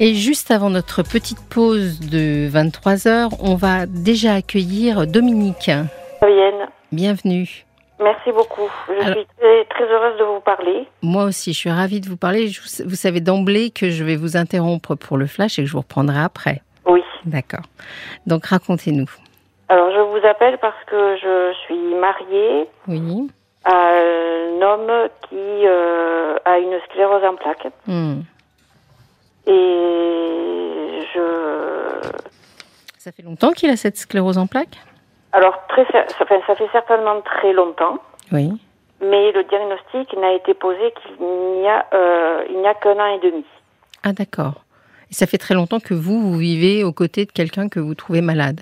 Et juste avant notre petite pause de 23h, on va déjà accueillir Dominique. Fabienne, Bienvenue. merci beaucoup. Je Alors- suis très, très heureuse de vous parler. Moi aussi, je suis ravie de vous parler. Je vous- Vous savez d'emblée que je vais vous interrompre pour le flash et que je vous reprendrai après. Oui. D'accord. Donc racontez-nous. Alors, je vous appelle parce que je suis mariée Oui. à un homme qui euh, a une sclérose en plaques. Hmm. Et je. Ça fait longtemps qu'il a cette sclérose en plaques Alors, très, cer- ça, enfin, ça fait certainement très longtemps, Oui. mais le diagnostic n'a été posé qu'il n'y a, euh, il n'y a qu'un an et demi. Ah d'accord. Et ça fait très longtemps que vous, vous vivez aux côtés de quelqu'un que vous trouvez malade.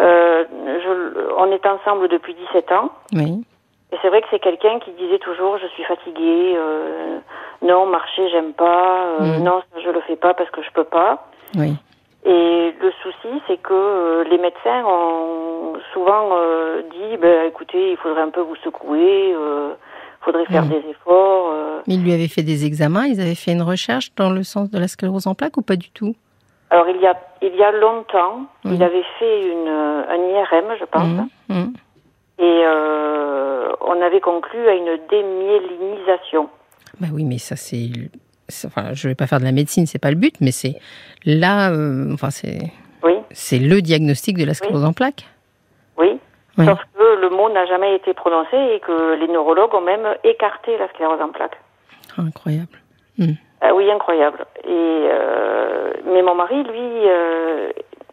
Euh, je- on est ensemble depuis 17 ans. Oui. Et c'est vrai que c'est quelqu'un qui disait toujours je suis fatiguée, euh, non marcher j'aime pas, euh, Mm. non ça, je le fais pas parce que je peux pas. Oui. Et le souci c'est que euh, les médecins ont souvent euh, dit ben écoutez il faudrait un peu vous secouer, euh, faudrait faire Mm. des efforts. euh. Mais ils lui avaient fait des examens, ils avaient fait une recherche dans le sens de la sclérose en plaques ou pas du tout Alors il y a il y a longtemps Mm. il avait fait une euh, un IRM je pense Hum, hum. et euh, on avait conclu à une démyélinisation. Bah oui, mais ça c'est. c'est- Enfin, je vais pas faire de la médecine, c'est pas le but, mais c'est là, euh, enfin c'est Oui c'est le diagnostic de la sclérose en plaques. oui. Oui. Sauf que le mot n'a jamais été prononcé et que les neurologues ont même écarté la sclérose en plaques. Incroyable. Ah oui, incroyable. Et euh, mais mon mari, lui, euh,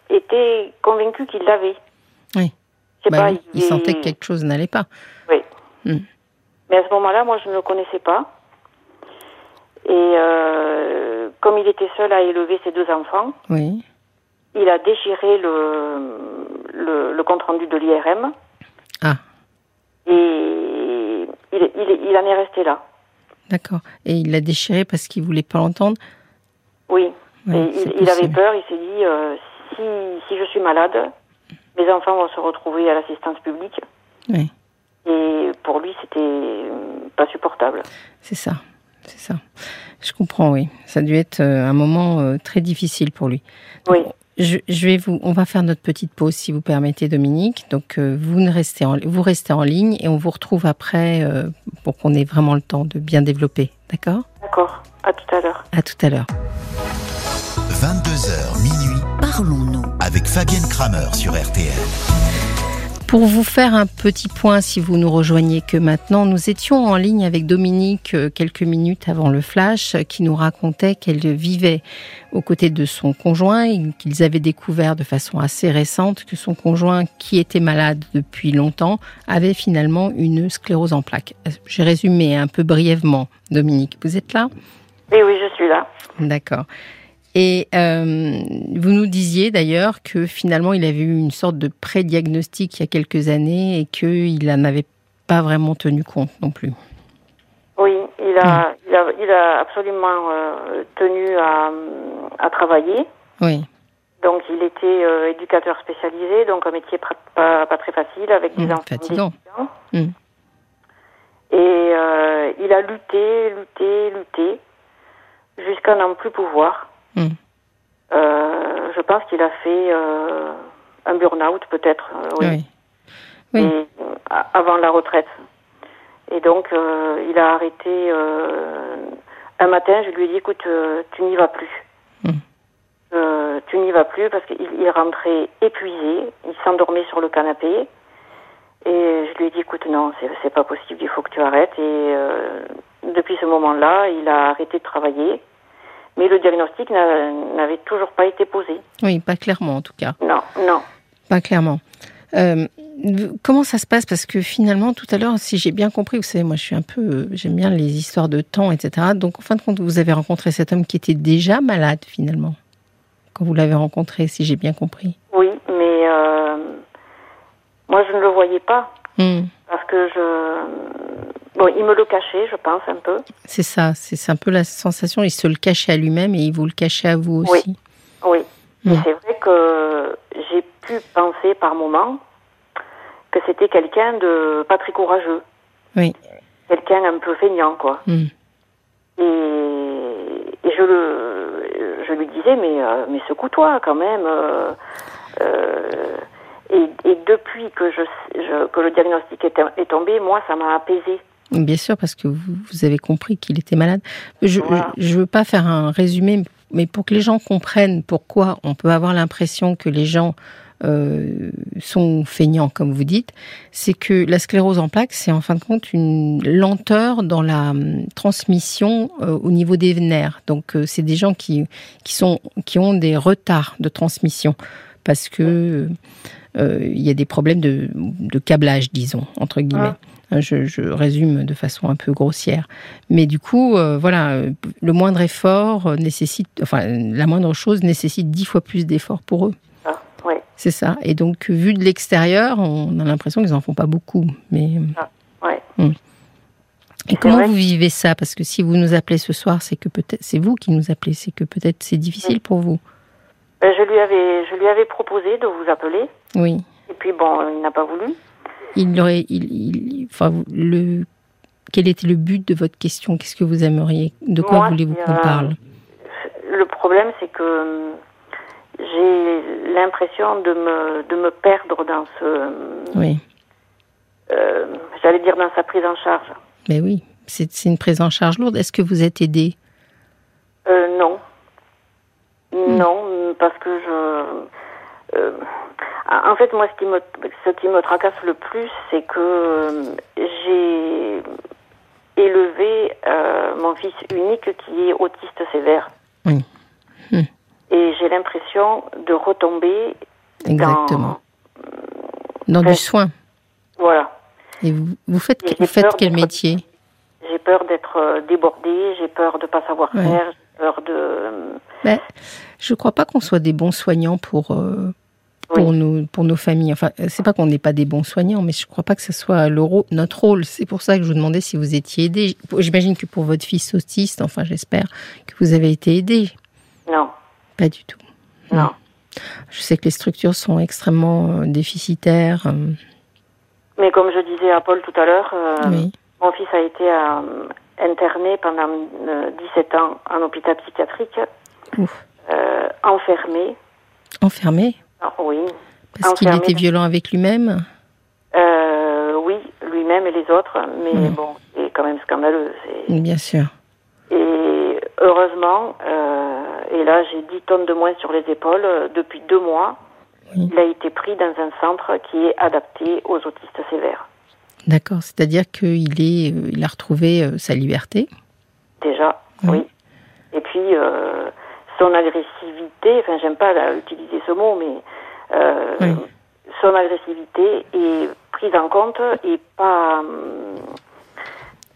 était convaincu qu'il l'avait. Oui. Je sais Bah pas, oui, il sentait que est- quelque chose n'allait pas. Oui. Hmm. Mais à ce moment-là, moi, je ne le connaissais pas. Et euh, comme il était seul à élever ses deux enfants, Oui. il a déchiré le, le, le compte-rendu de l'IRM. Ah. Et il, il, il en est resté là. D'accord. Et il l'a déchiré parce qu'il voulait pas l'entendre. Oui. Ouais, Et c'est il, il avait possible. peur, il s'est dit, euh, si, si je suis malade, mes enfants vont se retrouver à l'assistance publique. Oui. Et pour lui, c'était euh, pas supportable. C'est ça. C'est ça. Je comprends, oui. Ça a dû être euh, un moment euh, très difficile pour lui. Oui. Je, je vais vous, on va faire notre petite pause si vous permettez, Dominique. Donc euh, vous ne restez en, vous restez en ligne et on vous retrouve après euh, pour qu'on ait vraiment le temps de bien développer. D'accord D'accord, à tout à l'heure. À tout à l'heure. 22h minuit Parlons-nous. avec Fabienne Kramer sur RTL. Pour vous faire un petit point, si vous nous rejoignez que maintenant, nous étions en ligne avec Dominique euh, quelques minutes avant le flash, euh, qui nous racontait qu'elle vivait aux côtés de son conjoint et qu'ils avaient découvert de façon assez récente que son conjoint, qui était malade depuis longtemps, avait finalement une sclérose en plaques. J'ai résumé un peu brièvement. Dominique, vous êtes là Oui, Eh oui, je suis là. D'accord. Et euh, vous nous disiez d'ailleurs que finalement il avait eu une sorte de pré-diagnostic il y a quelques années et qu'il n'en avait pas vraiment tenu compte non plus. Oui, il a, Hmm. il a, il a absolument euh, tenu à, euh, à travailler. Oui, Donc, il était euh, éducateur spécialisé, donc un métier pra- pas, pas très facile avec des Mmh, enfants. fatigant. déficients. Mmh. Et euh, il a lutté, lutté, lutté, jusqu'à n'en plus pouvoir. Mmh. Euh, je pense qu'il a fait euh, un burn-out, peut-être, euh, oui, oui. oui. Et, euh, a- avant la retraite. Et donc, euh, il a arrêté. euh, un matin, je lui ai dit écoute, euh, tu n'y vas plus. Mmh. Euh, tu n'y vas plus parce qu'il il rentrait épuisé, il s'endormait sur le canapé. Et je lui ai dit écoute, non, c'est- c'est pas possible, il faut que tu arrêtes. Et euh, depuis ce moment-là, il a arrêté de travailler. Mais le diagnostic n'a- n'avait toujours pas été posé. Oui, pas clairement en tout cas. Non, non. Pas clairement. Euh, comment ça se passe Parce que finalement, tout à l'heure, si j'ai bien compris, vous savez, moi je suis un peu. euh, J'aime bien les histoires de temps, etc. Donc en fin de compte, vous avez rencontré cet homme qui était déjà malade finalement, quand vous l'avez rencontré, si j'ai bien compris. Oui, mais euh, moi, je ne le voyais pas. Hmm. Parce que je. Bon, il me le cachait, je pense, un peu. C'est ça, c'est c'est un peu la sensation. Il se le cachait à lui-même et il vous le cachait à vous Oui. aussi. Oui. Et Mm. c'est vrai que j'ai pu penser par moments que c'était quelqu'un de pas très courageux. Oui. Quelqu'un Hmm. un peu feignant, quoi. Mm. Et, et je le. Je lui disais, mais, euh, mais secoue-toi quand même. euh, euh, et, et depuis que, je, je- que le diagnostic est, est tombé, moi, ça m'a apaisée. Bien sûr, parce que vous, vous avez compris qu'il était malade. Je Voilà. ne veux pas faire un résumé, mais pour que les gens comprennent pourquoi on peut avoir l'impression que les gens euh, sont feignants, comme vous dites, c'est que la sclérose en plaques, c'est en fin de compte une lenteur dans la hum, transmission euh, au niveau des nerfs. Donc, euh, c'est des gens qui, qui, sont, qui ont des retards de transmission parce que euh, il y a des problèmes de, de câblage, disons, entre guillemets. Hein, Je, je résume de façon un peu grossière. Mais du coup, euh, voilà, euh, le moindre effort euh, nécessite, enfin, la moindre chose nécessite dix fois plus d'efforts pour eux. Ah, ouais. C'est ça. Et donc, vu de l'extérieur, on a l'impression qu'ils n'en font pas beaucoup. Mais... euh, Ah, ouais. Hum. Et C'est comment vrai vous vivez ça Parce que si vous nous appelez ce soir, c'est que peut-être c'est vous qui nous appelez, c'est que peut-être c'est Mm. difficile pour vous. Ben, je, lui avais, je lui avais proposé de vous appeler. Oui. Et puis, bon, il n'a pas voulu. Il aurait, il, il- enfin, vous- le, quel était le but de votre question Qu'est-ce que vous aimeriez De quoi Moi, voulez-vous c'est, qu'on euh, parle Le problème, c'est que euh, j'ai l'impression de me, de me perdre dans ce. hum, Oui, euh, J'allais dire dans sa prise en charge. mais Ben oui, c'est c'est une prise en charge lourde. Est-ce que vous êtes aidé Euh, non. Hmm. Non, parce que je. euh, en fait, moi, ce qui me, ce qui me tracasse le plus, c'est que euh, j'ai élevé euh, mon fils unique qui est autiste sévère. Oui. Hmm. Et j'ai l'impression de retomber Exactement. Dans Ouais. du soin. Voilà. Et vous, vous faites, J'ai vous faites peur quel d'être- métier J'ai peur d'être euh, débordée, j'ai peur de pas savoir Ouais. faire, j'ai peur de. euh, Je ne crois pas qu'on soit des bons soignants pour, euh, pour, nos, pour nos familles. Enfin, euh, c'est pas qu'on n'est pas des bons soignants, mais je ne crois pas que ce soit le rô- notre rôle. C'est pour ça que je vous demandais si vous étiez aidé. J- pour- J'imagine que pour votre fils autiste, enfin j'espère que vous avez été aidé. Non, Pas du tout. non. Je sais que les structures sont extrêmement euh, déficitaires. euh, Mais comme je disais à Paul tout à l'heure, euh, oui. mon fils a été euh, interné pendant euh, 17 ans en hôpital psychiatrique, Ouf. euh, enfermé. Enfermé Ah, oui, parce qu'il Enfermé. était violent avec lui-même. Euh, oui, lui-même et les autres, mais Mm. bon, c'est quand même scandaleux. c'est- Bien sûr. Et heureusement, euh, et là j'ai 10 tonnes de moins sur les épaules, euh, depuis deux mois, Oui. il a été pris dans un centre qui est adapté aux autistes sévères. D'accord. C'est-à-dire qu'il est, euh, il a retrouvé euh, sa liberté. Déjà, Oui. oui. Et puis, euh, son agressivité, enfin, j'aime pas là, utiliser ce mot, mais euh, Oui. son agressivité est prise en compte et pas. hum,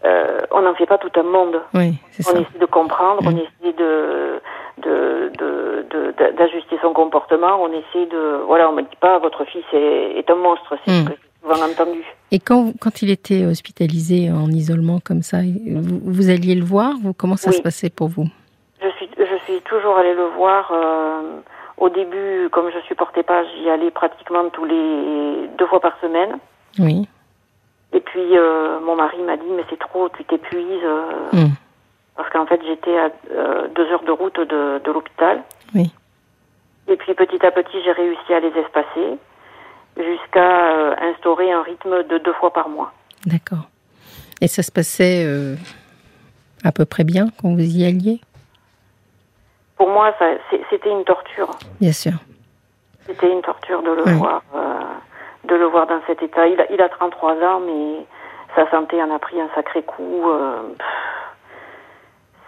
euh, on n'en fait pas tout un monde. Oui, c'est On ça. essaie de comprendre, on Mm. essaie de de- de- de- d'a- d'ajuster son comportement, on essaie de voilà, on me dit pas votre fils est, est un monstre, c'est Mm. ce que j'ai souvent entendu. Et quand, quand il était hospitalisé en isolement comme ça, vous, vous alliez le voir vous, Comment ça Oui. se passait pour vous Je suis, je suis toujours allée le voir. euh, au début, comme je supportais pas, j'y allais pratiquement tous les deux fois par semaine. Oui. Et puis euh, mon mari m'a dit mais c'est trop, tu t'épuises euh, Mm. parce qu'en fait j'étais à euh, deux heures de route de, de l'hôpital. Oui. Et puis petit à petit j'ai réussi à les espacer jusqu'à euh, instaurer un rythme de deux fois par mois. D'accord. Et ça se passait euh, à peu près bien quand vous y alliez Pour moi ça- c'est- c'était une torture. Bien sûr. C'était une torture de le Oui. voir, euh, de le voir dans cet état. Il a, il a 33 ans, mais sa santé en a pris un sacré coup. euh, pff,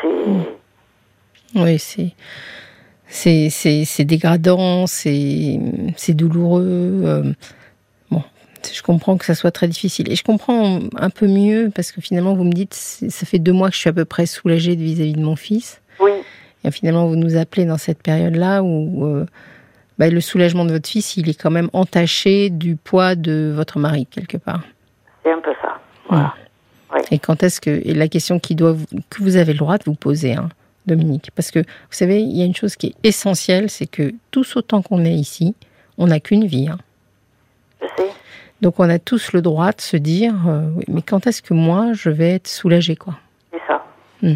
Mm. c'est Oui, c'est. C'est, c'est, c'est dégradant, c'est, c'est douloureux. euh, bon, je comprends que ça soit très difficile. Et je comprends un peu mieux parce que finalement, vous me dites, c'est- ça fait deux mois que je suis à peu près soulagée de vis-à-vis de mon fils. oui, Et finalement, vous nous appelez dans cette période-là où euh, bah, le soulagement de votre fils, il est quand même entaché du poids de votre mari, quelque part. c'est un peu ça. Mm. Voilà. Et quand est-ce que. Et la question qui doit vous- que vous avez le droit de vous poser, hein, Dominique. Parce que, vous savez, il y a une chose qui est essentielle c'est que tous autant qu'on est ici, on n'a qu'une vie. hein. Je sais. Donc, on a tous le droit de se dire euh, oui, mais quand est-ce que moi, je vais être soulagé, quoi C'est ça. Mm.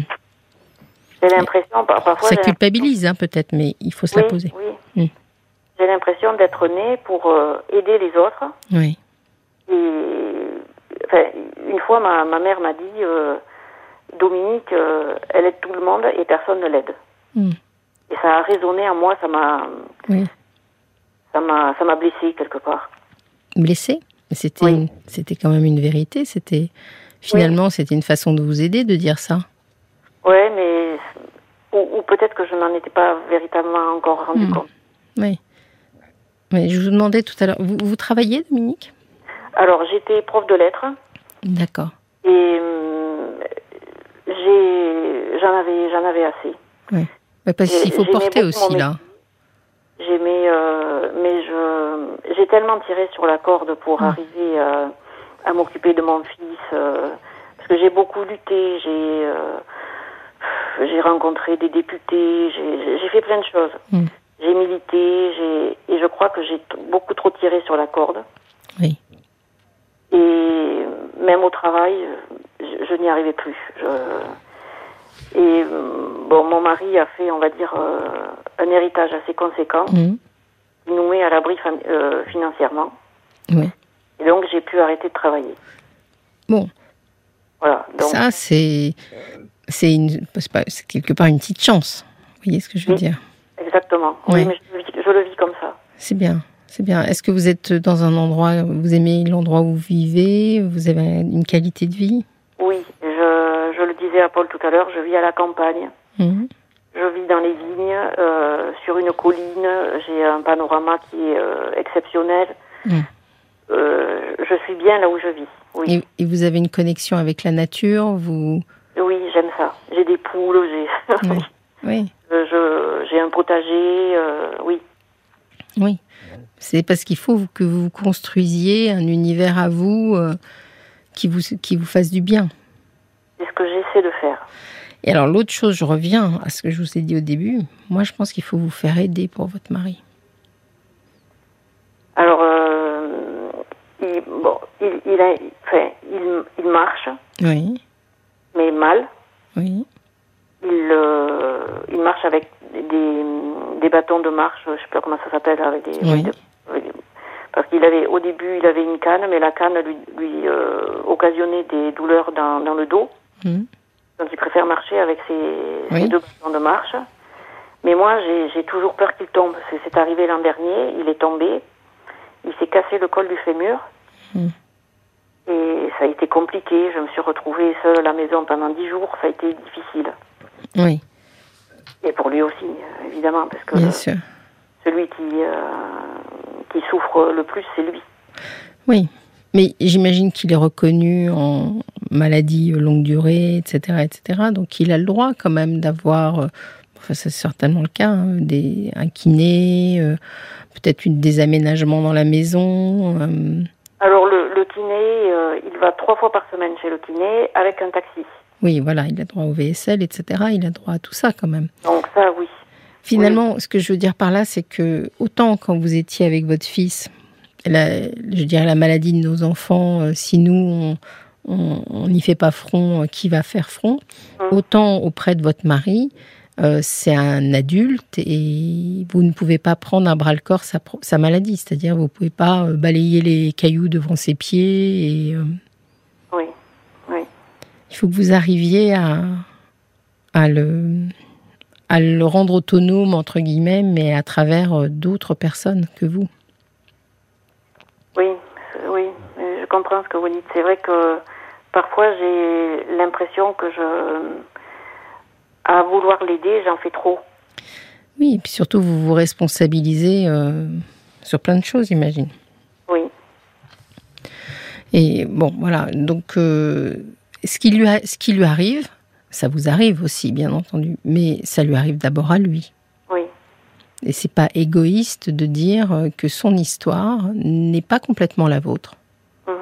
J'ai l'impression, par- parfois. Ça j'ai- culpabilise hein, peut-être, mais il faut se la Oui, poser. oui. Mm. J'ai l'impression d'être née pour euh, aider les autres. Oui. Et enfin, une fois, ma, ma mère m'a dit euh, Dominique, euh, elle aide tout le monde et personne ne l'aide. Mm. Et ça a résonné en moi, ça m'a, Oui. ça m'a, ça m'a blessée quelque part. Blessé. Mais C'était Oui. une- c'était quand même une vérité. C'était finalement c'était une façon de vous aider de dire ça. Ouais, mais ou, ou peut-être que je n'en étais pas véritablement encore rendu Mm. compte. Oui. Mais je vous demandais tout à l'heure, vous, vous travaillez, Dominique Alors j'étais prof de lettres D'accord. et hum, j'ai, j'en avais, j'en avais assez. Ouais, Parce J'ai- qu'il faut j'aimais porter beaucoup mon aussi là. J'aimais, euh, mais je, j'ai tellement tiré sur la corde pour Ah. arriver euh, à m'occuper de mon fils, euh, parce que j'ai beaucoup lutté, j'ai, euh, j'ai rencontré des députés, j'ai, j'ai fait plein de choses. Mm. J'ai milité, j'ai, et je crois que j'ai t- beaucoup trop tiré sur la corde. Oui. Et même au travail, je, je n'y arrivais plus. Je- Et euh, bon, mon mari a fait, on va dire, euh, un héritage assez conséquent Mhm. qui nous met à l'abri fam- euh, financièrement. Oui. Et donc, j'ai pu arrêter de travailler. Bon. Voilà. Donc, Ça, c'est c'est une c'est pas- c'est quelque part une petite chance. Vous voyez ce que je veux Oui. dire exactement. Ouais. Oui, mais je, le vis- je le vis comme ça. C'est bien, c'est bien. Est-ce que vous êtes dans un endroit, vous aimez l'endroit où vous vivez Vous avez une qualité de vie Oui, je, je le disais à Paul tout à l'heure, je vis à la campagne. Mhm. Je vis dans les vignes, euh, sur une colline. J'ai un panorama qui est euh, exceptionnel. Mm. Euh, je suis bien là où je vis. Oui, et, et vous avez une connexion avec la nature Vous oui j'aime ça. J'ai des poules, j'ai Oui. Oui, euh, je- j'ai un potager. euh, oui, oui. C'est parce qu'il faut que vous construisiez un univers à vous euh, qui vous qui vous fasse du bien. c'est ce que j'essaie de faire. Et alors l'autre chose, je reviens à ce que je vous ai dit au début. Moi, je pense qu'il faut vous faire aider pour votre mari. Alors, euh, il, bon, il, il, a, enfin, il, il marche, Oui, mais mal. oui, Il, euh, il marche avec des, des bâtons de marche, je sais pas comment ça s'appelle, avec des. Oui. avec des- parce qu'il avait, au début, il avait une canne, mais la canne lui, lui euh, occasionnait des douleurs dans, dans le dos. Mhm. Donc il préfère marcher avec ses, ses Oui. deux bâtons de marche. Mais moi, j'ai j'ai toujours peur qu'il tombe. C'est- C'est arrivé l'an dernier, il est tombé, il s'est cassé le col du fémur. Mhm. Et ça a été compliqué. Je me suis retrouvée seule à la maison pendant dix jours. Ça a été difficile. oui, Et pour lui aussi, euh, évidemment, parce que bien sûr. celui qui, euh, qui souffre le plus, c'est lui. Oui, mais j'imagine qu'il est reconnu en maladie longue durée, etc., etc. Donc il a le droit quand même d'avoir, euh, enfin c'est certainement le cas, hein, des, un kiné, euh, peut-être une- des aménagements dans la maison. euh, Alors le, le kiné, euh, il va trois fois par semaine chez le kiné avec un taxi. oui, voilà, il a droit au VSL, etc. Il a droit à tout ça quand même. Donc ça, oui. Finalement, ce que je veux dire par là, c'est que autant quand vous étiez avec votre fils, la, je dirais la maladie de nos enfants, euh, si nous on- on on n'y fait pas front, euh, qui va faire front Mm. Autant auprès de votre mari, euh, c'est un adulte et vous ne pouvez pas prendre à bras le corps sa, pro- sa maladie, c'est-à-dire vous pouvez pas euh, balayer les cailloux devant ses pieds. Et, euh, Oui. il faut que vous arriviez à, à le à le rendre autonome entre guillemets, mais à travers euh, d'autres personnes que vous. Oui, euh, oui, euh, je comprends ce que vous dites. C'est vrai que parfois j'ai l'impression que je, à vouloir l'aider, j'en fais trop. Oui, et puis surtout vous vous responsabilisez euh, sur plein de choses, j'imagine. Oui, Et bon, voilà. Donc, euh, ce, qui lui a- ce qui lui arrive, ça vous arrive aussi, bien entendu, mais ça lui arrive d'abord à lui. oui, Et c'est pas égoïste de dire euh, que son histoire n'est pas complètement la vôtre. mhm,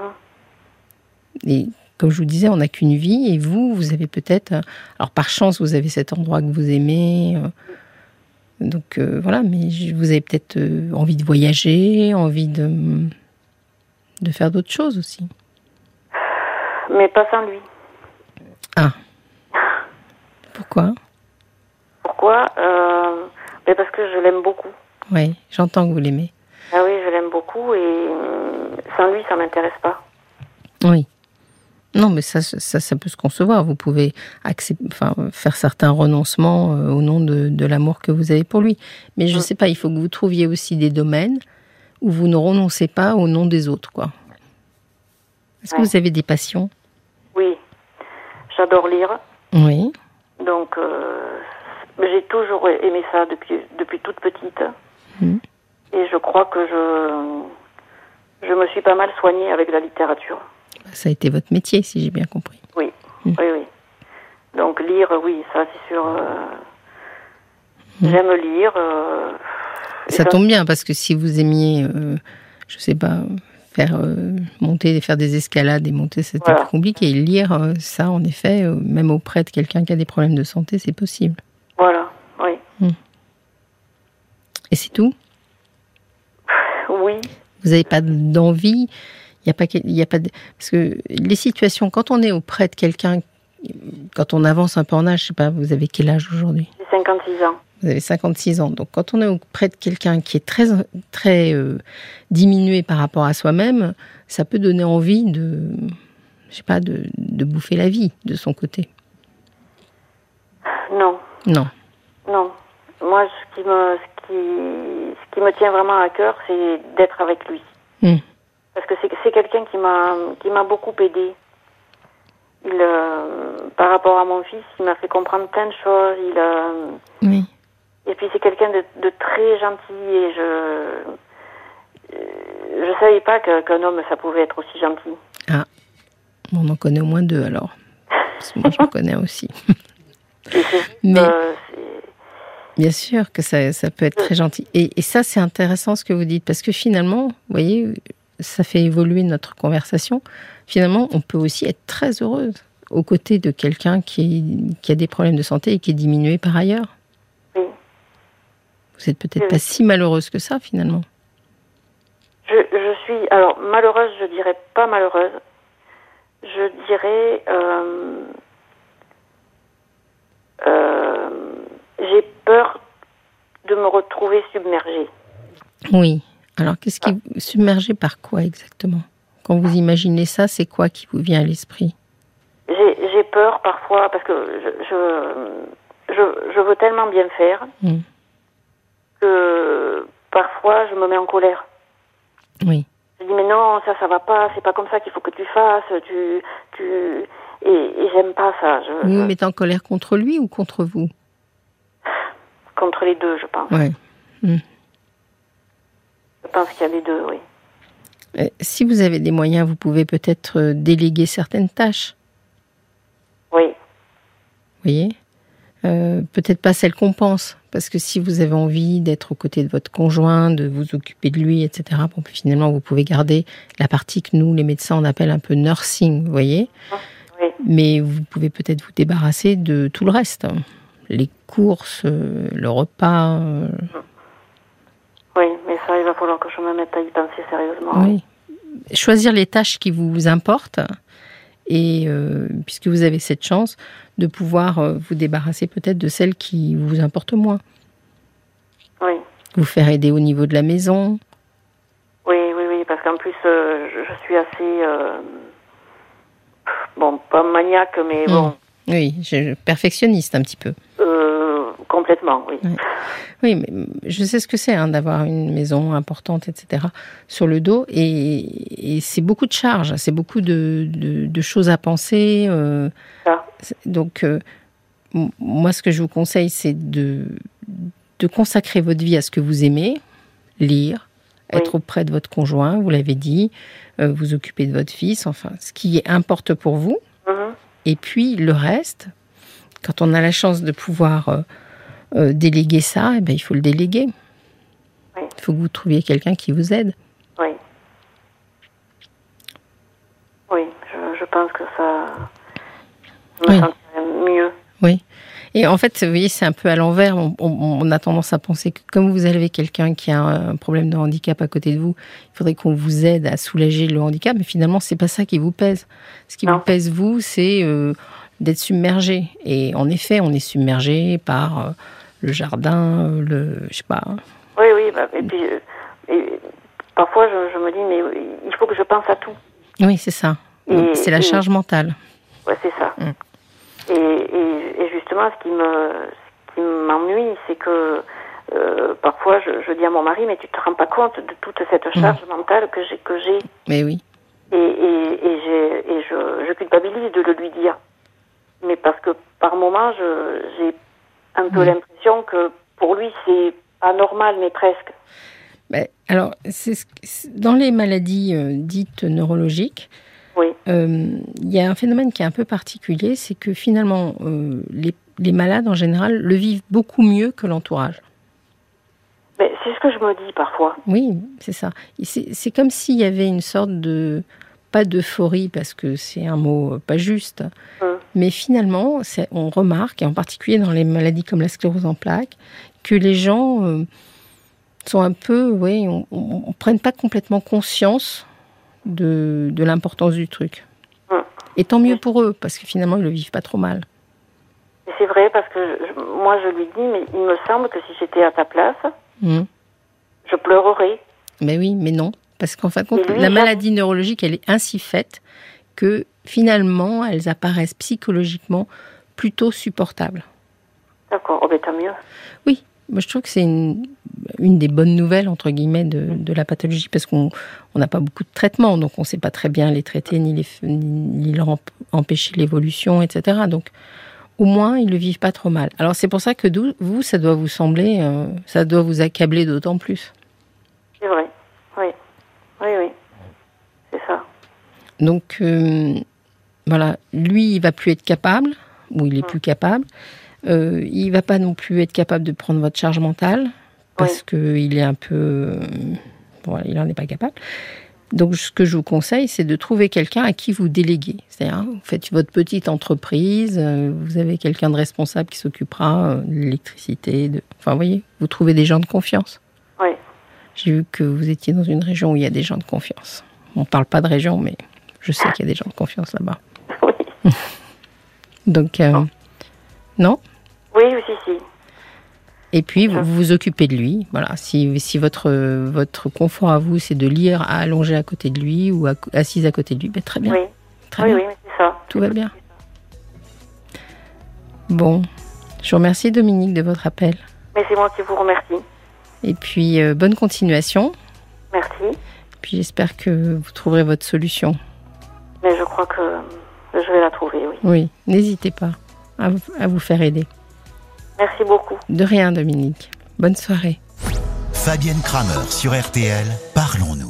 Et comme je vous disais, on n'a qu'une vie, et vous, vous avez peut-être. euh, Alors, par chance, vous avez cet endroit que vous aimez. euh, donc, euh, voilà, mais je- vous avez peut-être euh, envie de voyager, envie de, de faire d'autres choses aussi. mais pas sans lui. Pourquoi pourquoi euh, mais Parce que je l'aime beaucoup. Oui, j'entends que vous l'aimez. Ah oui, je l'aime beaucoup et euh, sans lui, ça m'intéresse pas. Oui. Non, mais ça, ça, ça peut se concevoir. Vous pouvez accep- enfin, faire certains renoncements euh, au nom de, de l'amour que vous avez pour lui. Mais je ne Mm. sais pas, il faut que vous trouviez aussi des domaines où vous ne renoncez pas au nom des autres, quoi. Est-ce que Ouais. vous avez des passions Oui, j'adore lire. Oui. Donc, euh, j'ai toujours aimé ça depuis, depuis toute petite. Mhm. Et je crois que je, je me suis pas mal soignée avec la littérature. Bah, Ça a été votre métier, si j'ai bien compris. Oui, Mhm. oui, oui. Donc, lire, oui, ça, c'est sûr. euh, J'aime lire. euh, et Hmm. Ça tombe bien parce que si vous aimiez, euh, je sais pas, faire euh, monter, faire des escalades et monter, c'était Voilà. plus compliqué. Et lire, euh, ça, en effet, euh, même auprès de quelqu'un qui a des problèmes de santé, c'est possible. Voilà, oui. Et c'est tout. Oui, Vous n'avez pas d'envie. Il y a pas, quel- il y a pas de... parce que les situations quand on est auprès de quelqu'un, quand on avance un peu en âge, je sais pas, vous avez quel âge aujourd'hui j'ai 56 ans. Vous avez 56 ans. Donc, quand on est auprès de quelqu'un qui est très, très euh, diminué par rapport à soi-même, ça peut donner envie de, je sais pas, de, de bouffer la vie de son côté. Non, Non. non. Moi, ce qui me, ce qui, ce qui me tient vraiment à cœur, c'est d'être avec lui. Hmm. Parce que c'est c'est quelqu'un qui m'a qui m'a beaucoup aidé. Il, euh, par rapport à mon fils, il m'a fait comprendre plein de choses. Il, euh, Oui. et puis c'est quelqu'un de, de très gentil et je euh, je savais pas que- qu'un homme ça pouvait être aussi gentil. On en connaît au moins deux alors. Parce que moi, j'en connais aussi. Et c'est- Mais- euh, c'est- Bien sûr que ça, ça peut être très gentil. Et, et ça, c'est intéressant ce que vous dites, parce que finalement, vous voyez, ça fait évoluer notre conversation. Finalement, on peut aussi être très heureuse aux côtés de quelqu'un qui, qui a des problèmes de santé et qui est diminué par ailleurs. Oui. Vous êtes peut-être Oui. pas si malheureuse que ça, finalement. je, je suis alors malheureuse, je dirais pas malheureuse. Je dirais euh, euh, j'ai peur de me retrouver submergée. Oui. Alors, qu'est-ce qui vous submergé par quoi exactement Quand vous imaginez ça, c'est quoi qui vous vient à l'esprit J'ai j'ai peur parfois parce que je, je, je, je veux tellement bien faire Mm. que parfois je me mets en colère. Oui. Je dis mais non, ça ça va pas, c'est pas comme ça qu'il faut que tu fasses, tu tu et, et j'aime pas ça. Je, Vous vous je- mettez en colère contre lui ou contre vous Contre les deux, je pense. Ouais. Je pense qu'il y a les deux, oui. Euh, Si vous avez des moyens, vous pouvez peut-être euh, déléguer certaines tâches, Oui, voyez Euh, Peut-être pas celles qu'on pense, parce que si vous avez envie d'être aux côtés de votre conjoint, de vous occuper de lui, etc., bon, puis finalement, vous pouvez garder la partie que nous, les médecins, on appelle un peu nursing, vous voyez Oui. Mais vous pouvez peut-être vous débarrasser de tout le reste. hein. Les courses, euh, le repas, euh, oui, mais ça il va falloir que je me mette à y penser sérieusement. Oui. Choisir les tâches qui vous importent et euh, puisque vous avez cette chance de pouvoir euh, vous débarrasser peut-être de celles qui vous importent moins. Oui. Vous faire aider au niveau de la maison. Oui, oui, oui, parce qu'en plus, euh, je, je suis assez. euh, bon, pas maniaque, mais Mm. bon, Oui, je- perfectionniste un petit peu. euh, complètement, oui. Oui, mais mm, je sais ce que c'est hein, d'avoir une maison importante, etc., sur le dos. Et, et c'est beaucoup de charges, c'est beaucoup de, de- de choses à penser. euh, Ça. c'est- donc, euh, m- moi, ce que je vous conseille, c'est de, de consacrer votre vie à ce que vous aimez, lire, Oui. être auprès de votre conjoint, vous l'avez dit, euh, vous occuper de votre fils, enfin, ce qui importe pour vous. Mhm. Et puis le reste, quand on a la chance de pouvoir euh, euh, déléguer ça, eh ben, il faut le déléguer. Oui. Il faut que vous trouviez quelqu'un qui vous aide. Oui. Oui, je, je pense que ça. Je me Oui. sentirais mieux. Et en fait, vous voyez, c'est un peu à l'envers. On, on- on a tendance à penser que comme vous avez quelqu'un qui a un problème de handicap à côté de vous, il faudrait qu'on vous aide à soulager le handicap. Mais finalement, c'est pas ça qui vous pèse. Ce qui Non. vous pèse vous, c'est euh, d'être submergé. Et en effet, on est submergé par euh, le jardin, euh, le, je sais pas. Oui, oui. bah, et puis, euh, et parfois, je, je me dis, mais il faut que je pense à tout. Oui, c'est ça. Et- C'est la et- charge mentale. Ouais, c'est ça. Mm. Et, et, et justement, ce qui me, ce qui m'ennuie, c'est que euh, parfois, je, je dis à mon mari, mais tu te rends pas compte de toute cette Mm. charge mentale que j'ai, que j'ai. Mais oui. Et, et, et, j'ai- et je, je culpabilise de le lui dire. Mais parce que par moment, je, j'ai un peu Mm. l'impression que pour lui, c'est pas normal, mais presque. Ben, alors, c'est ce que- c'est- dans les maladies euh, dites neurologiques, Oui. euh, il y a un phénomène qui est un peu particulier, c'est que finalement, euh, les, les malades en général le vivent beaucoup mieux que l'entourage. Mais c'est ce que je me dis parfois. Oui, c'est ça. Et C'est c'est comme s'il y avait une sorte de pas d'euphorie parce que c'est un mot euh, pas juste, Mm. mais finalement, c'est- on remarque, et en particulier dans les maladies comme la sclérose en plaques, que les gens euh, sont un peu, oui, on, on- on prenne pas complètement conscience de, de l'importance du truc. Mm. Et tant mieux pour eux, parce que finalement, ils le vivent pas trop mal. Et C'est vrai parce que je- je- moi, je lui dis, mais il me semble que si j'étais à ta place, Mm. je pleurerais. Mais oui, mais non. Parce qu'en fin de compte, Mais lui, la il a- maladie neurologique, elle est ainsi faite que finalement, elles apparaissent psychologiquement plutôt supportables. D'accord, oh, ben, tant mieux. Moi, je trouve que c'est une, une des bonnes nouvelles, entre guillemets, de, de la pathologie, parce qu'on on n'a pas beaucoup de traitements, donc on ne sait pas très bien les traiter, ni, les, f- ni, ni leur emp- empêcher l'évolution, etc. Donc, au moins, ils ne le vivent pas trop mal. Alors, c'est pour ça que d'où- vous, ça doit vous sembler, euh, ça doit vous accabler d'autant plus. C'est vrai. Oui. Oui, oui. C'est ça. Donc euh, voilà, lui, il va plus être capable, ou il est plus capable. Euh, il va pas non plus être capable de prendre votre charge mentale parce que il est un peu, euh, bon, il en est pas capable. Donc ce que je vous conseille, c'est de trouver quelqu'un à qui vous déléguez. C'est-à-dire, hein, vous faites votre petite entreprise, euh, vous avez quelqu'un de responsable qui s'occupera euh, de l'électricité, de... enfin, vous voyez, vous trouvez des gens de confiance. Oui. J'ai vu que vous étiez dans une région où il y a des gens de confiance. On ne parle pas de région, mais je sais qu'il y a des gens de confiance là-bas. Oui. Donc, euh, Oh. non. Oui, si, si. Et puis, Ah. vous vous vous occupez de lui. Voilà. Si, si votre, euh, votre confort à vous, c'est de lire à allonger à côté de lui ou à- assise à côté de lui, ben, très bien. Oui. Très oui, bien. oui, mais c'est ça. Tout va bien. Bon. Je vous remercie, Dominique, de votre appel. Mais c'est moi qui vous remercie. Et puis, euh, bonne continuation. Merci. Puis, j'espère que vous trouverez votre solution. Mais je crois que euh, je vais la trouver, oui. Oui. N'hésitez pas à vous- à vous faire aider. Merci beaucoup. De rien, Dominique. Bonne soirée. Fabienne Kramer sur RTL, parlons-nous.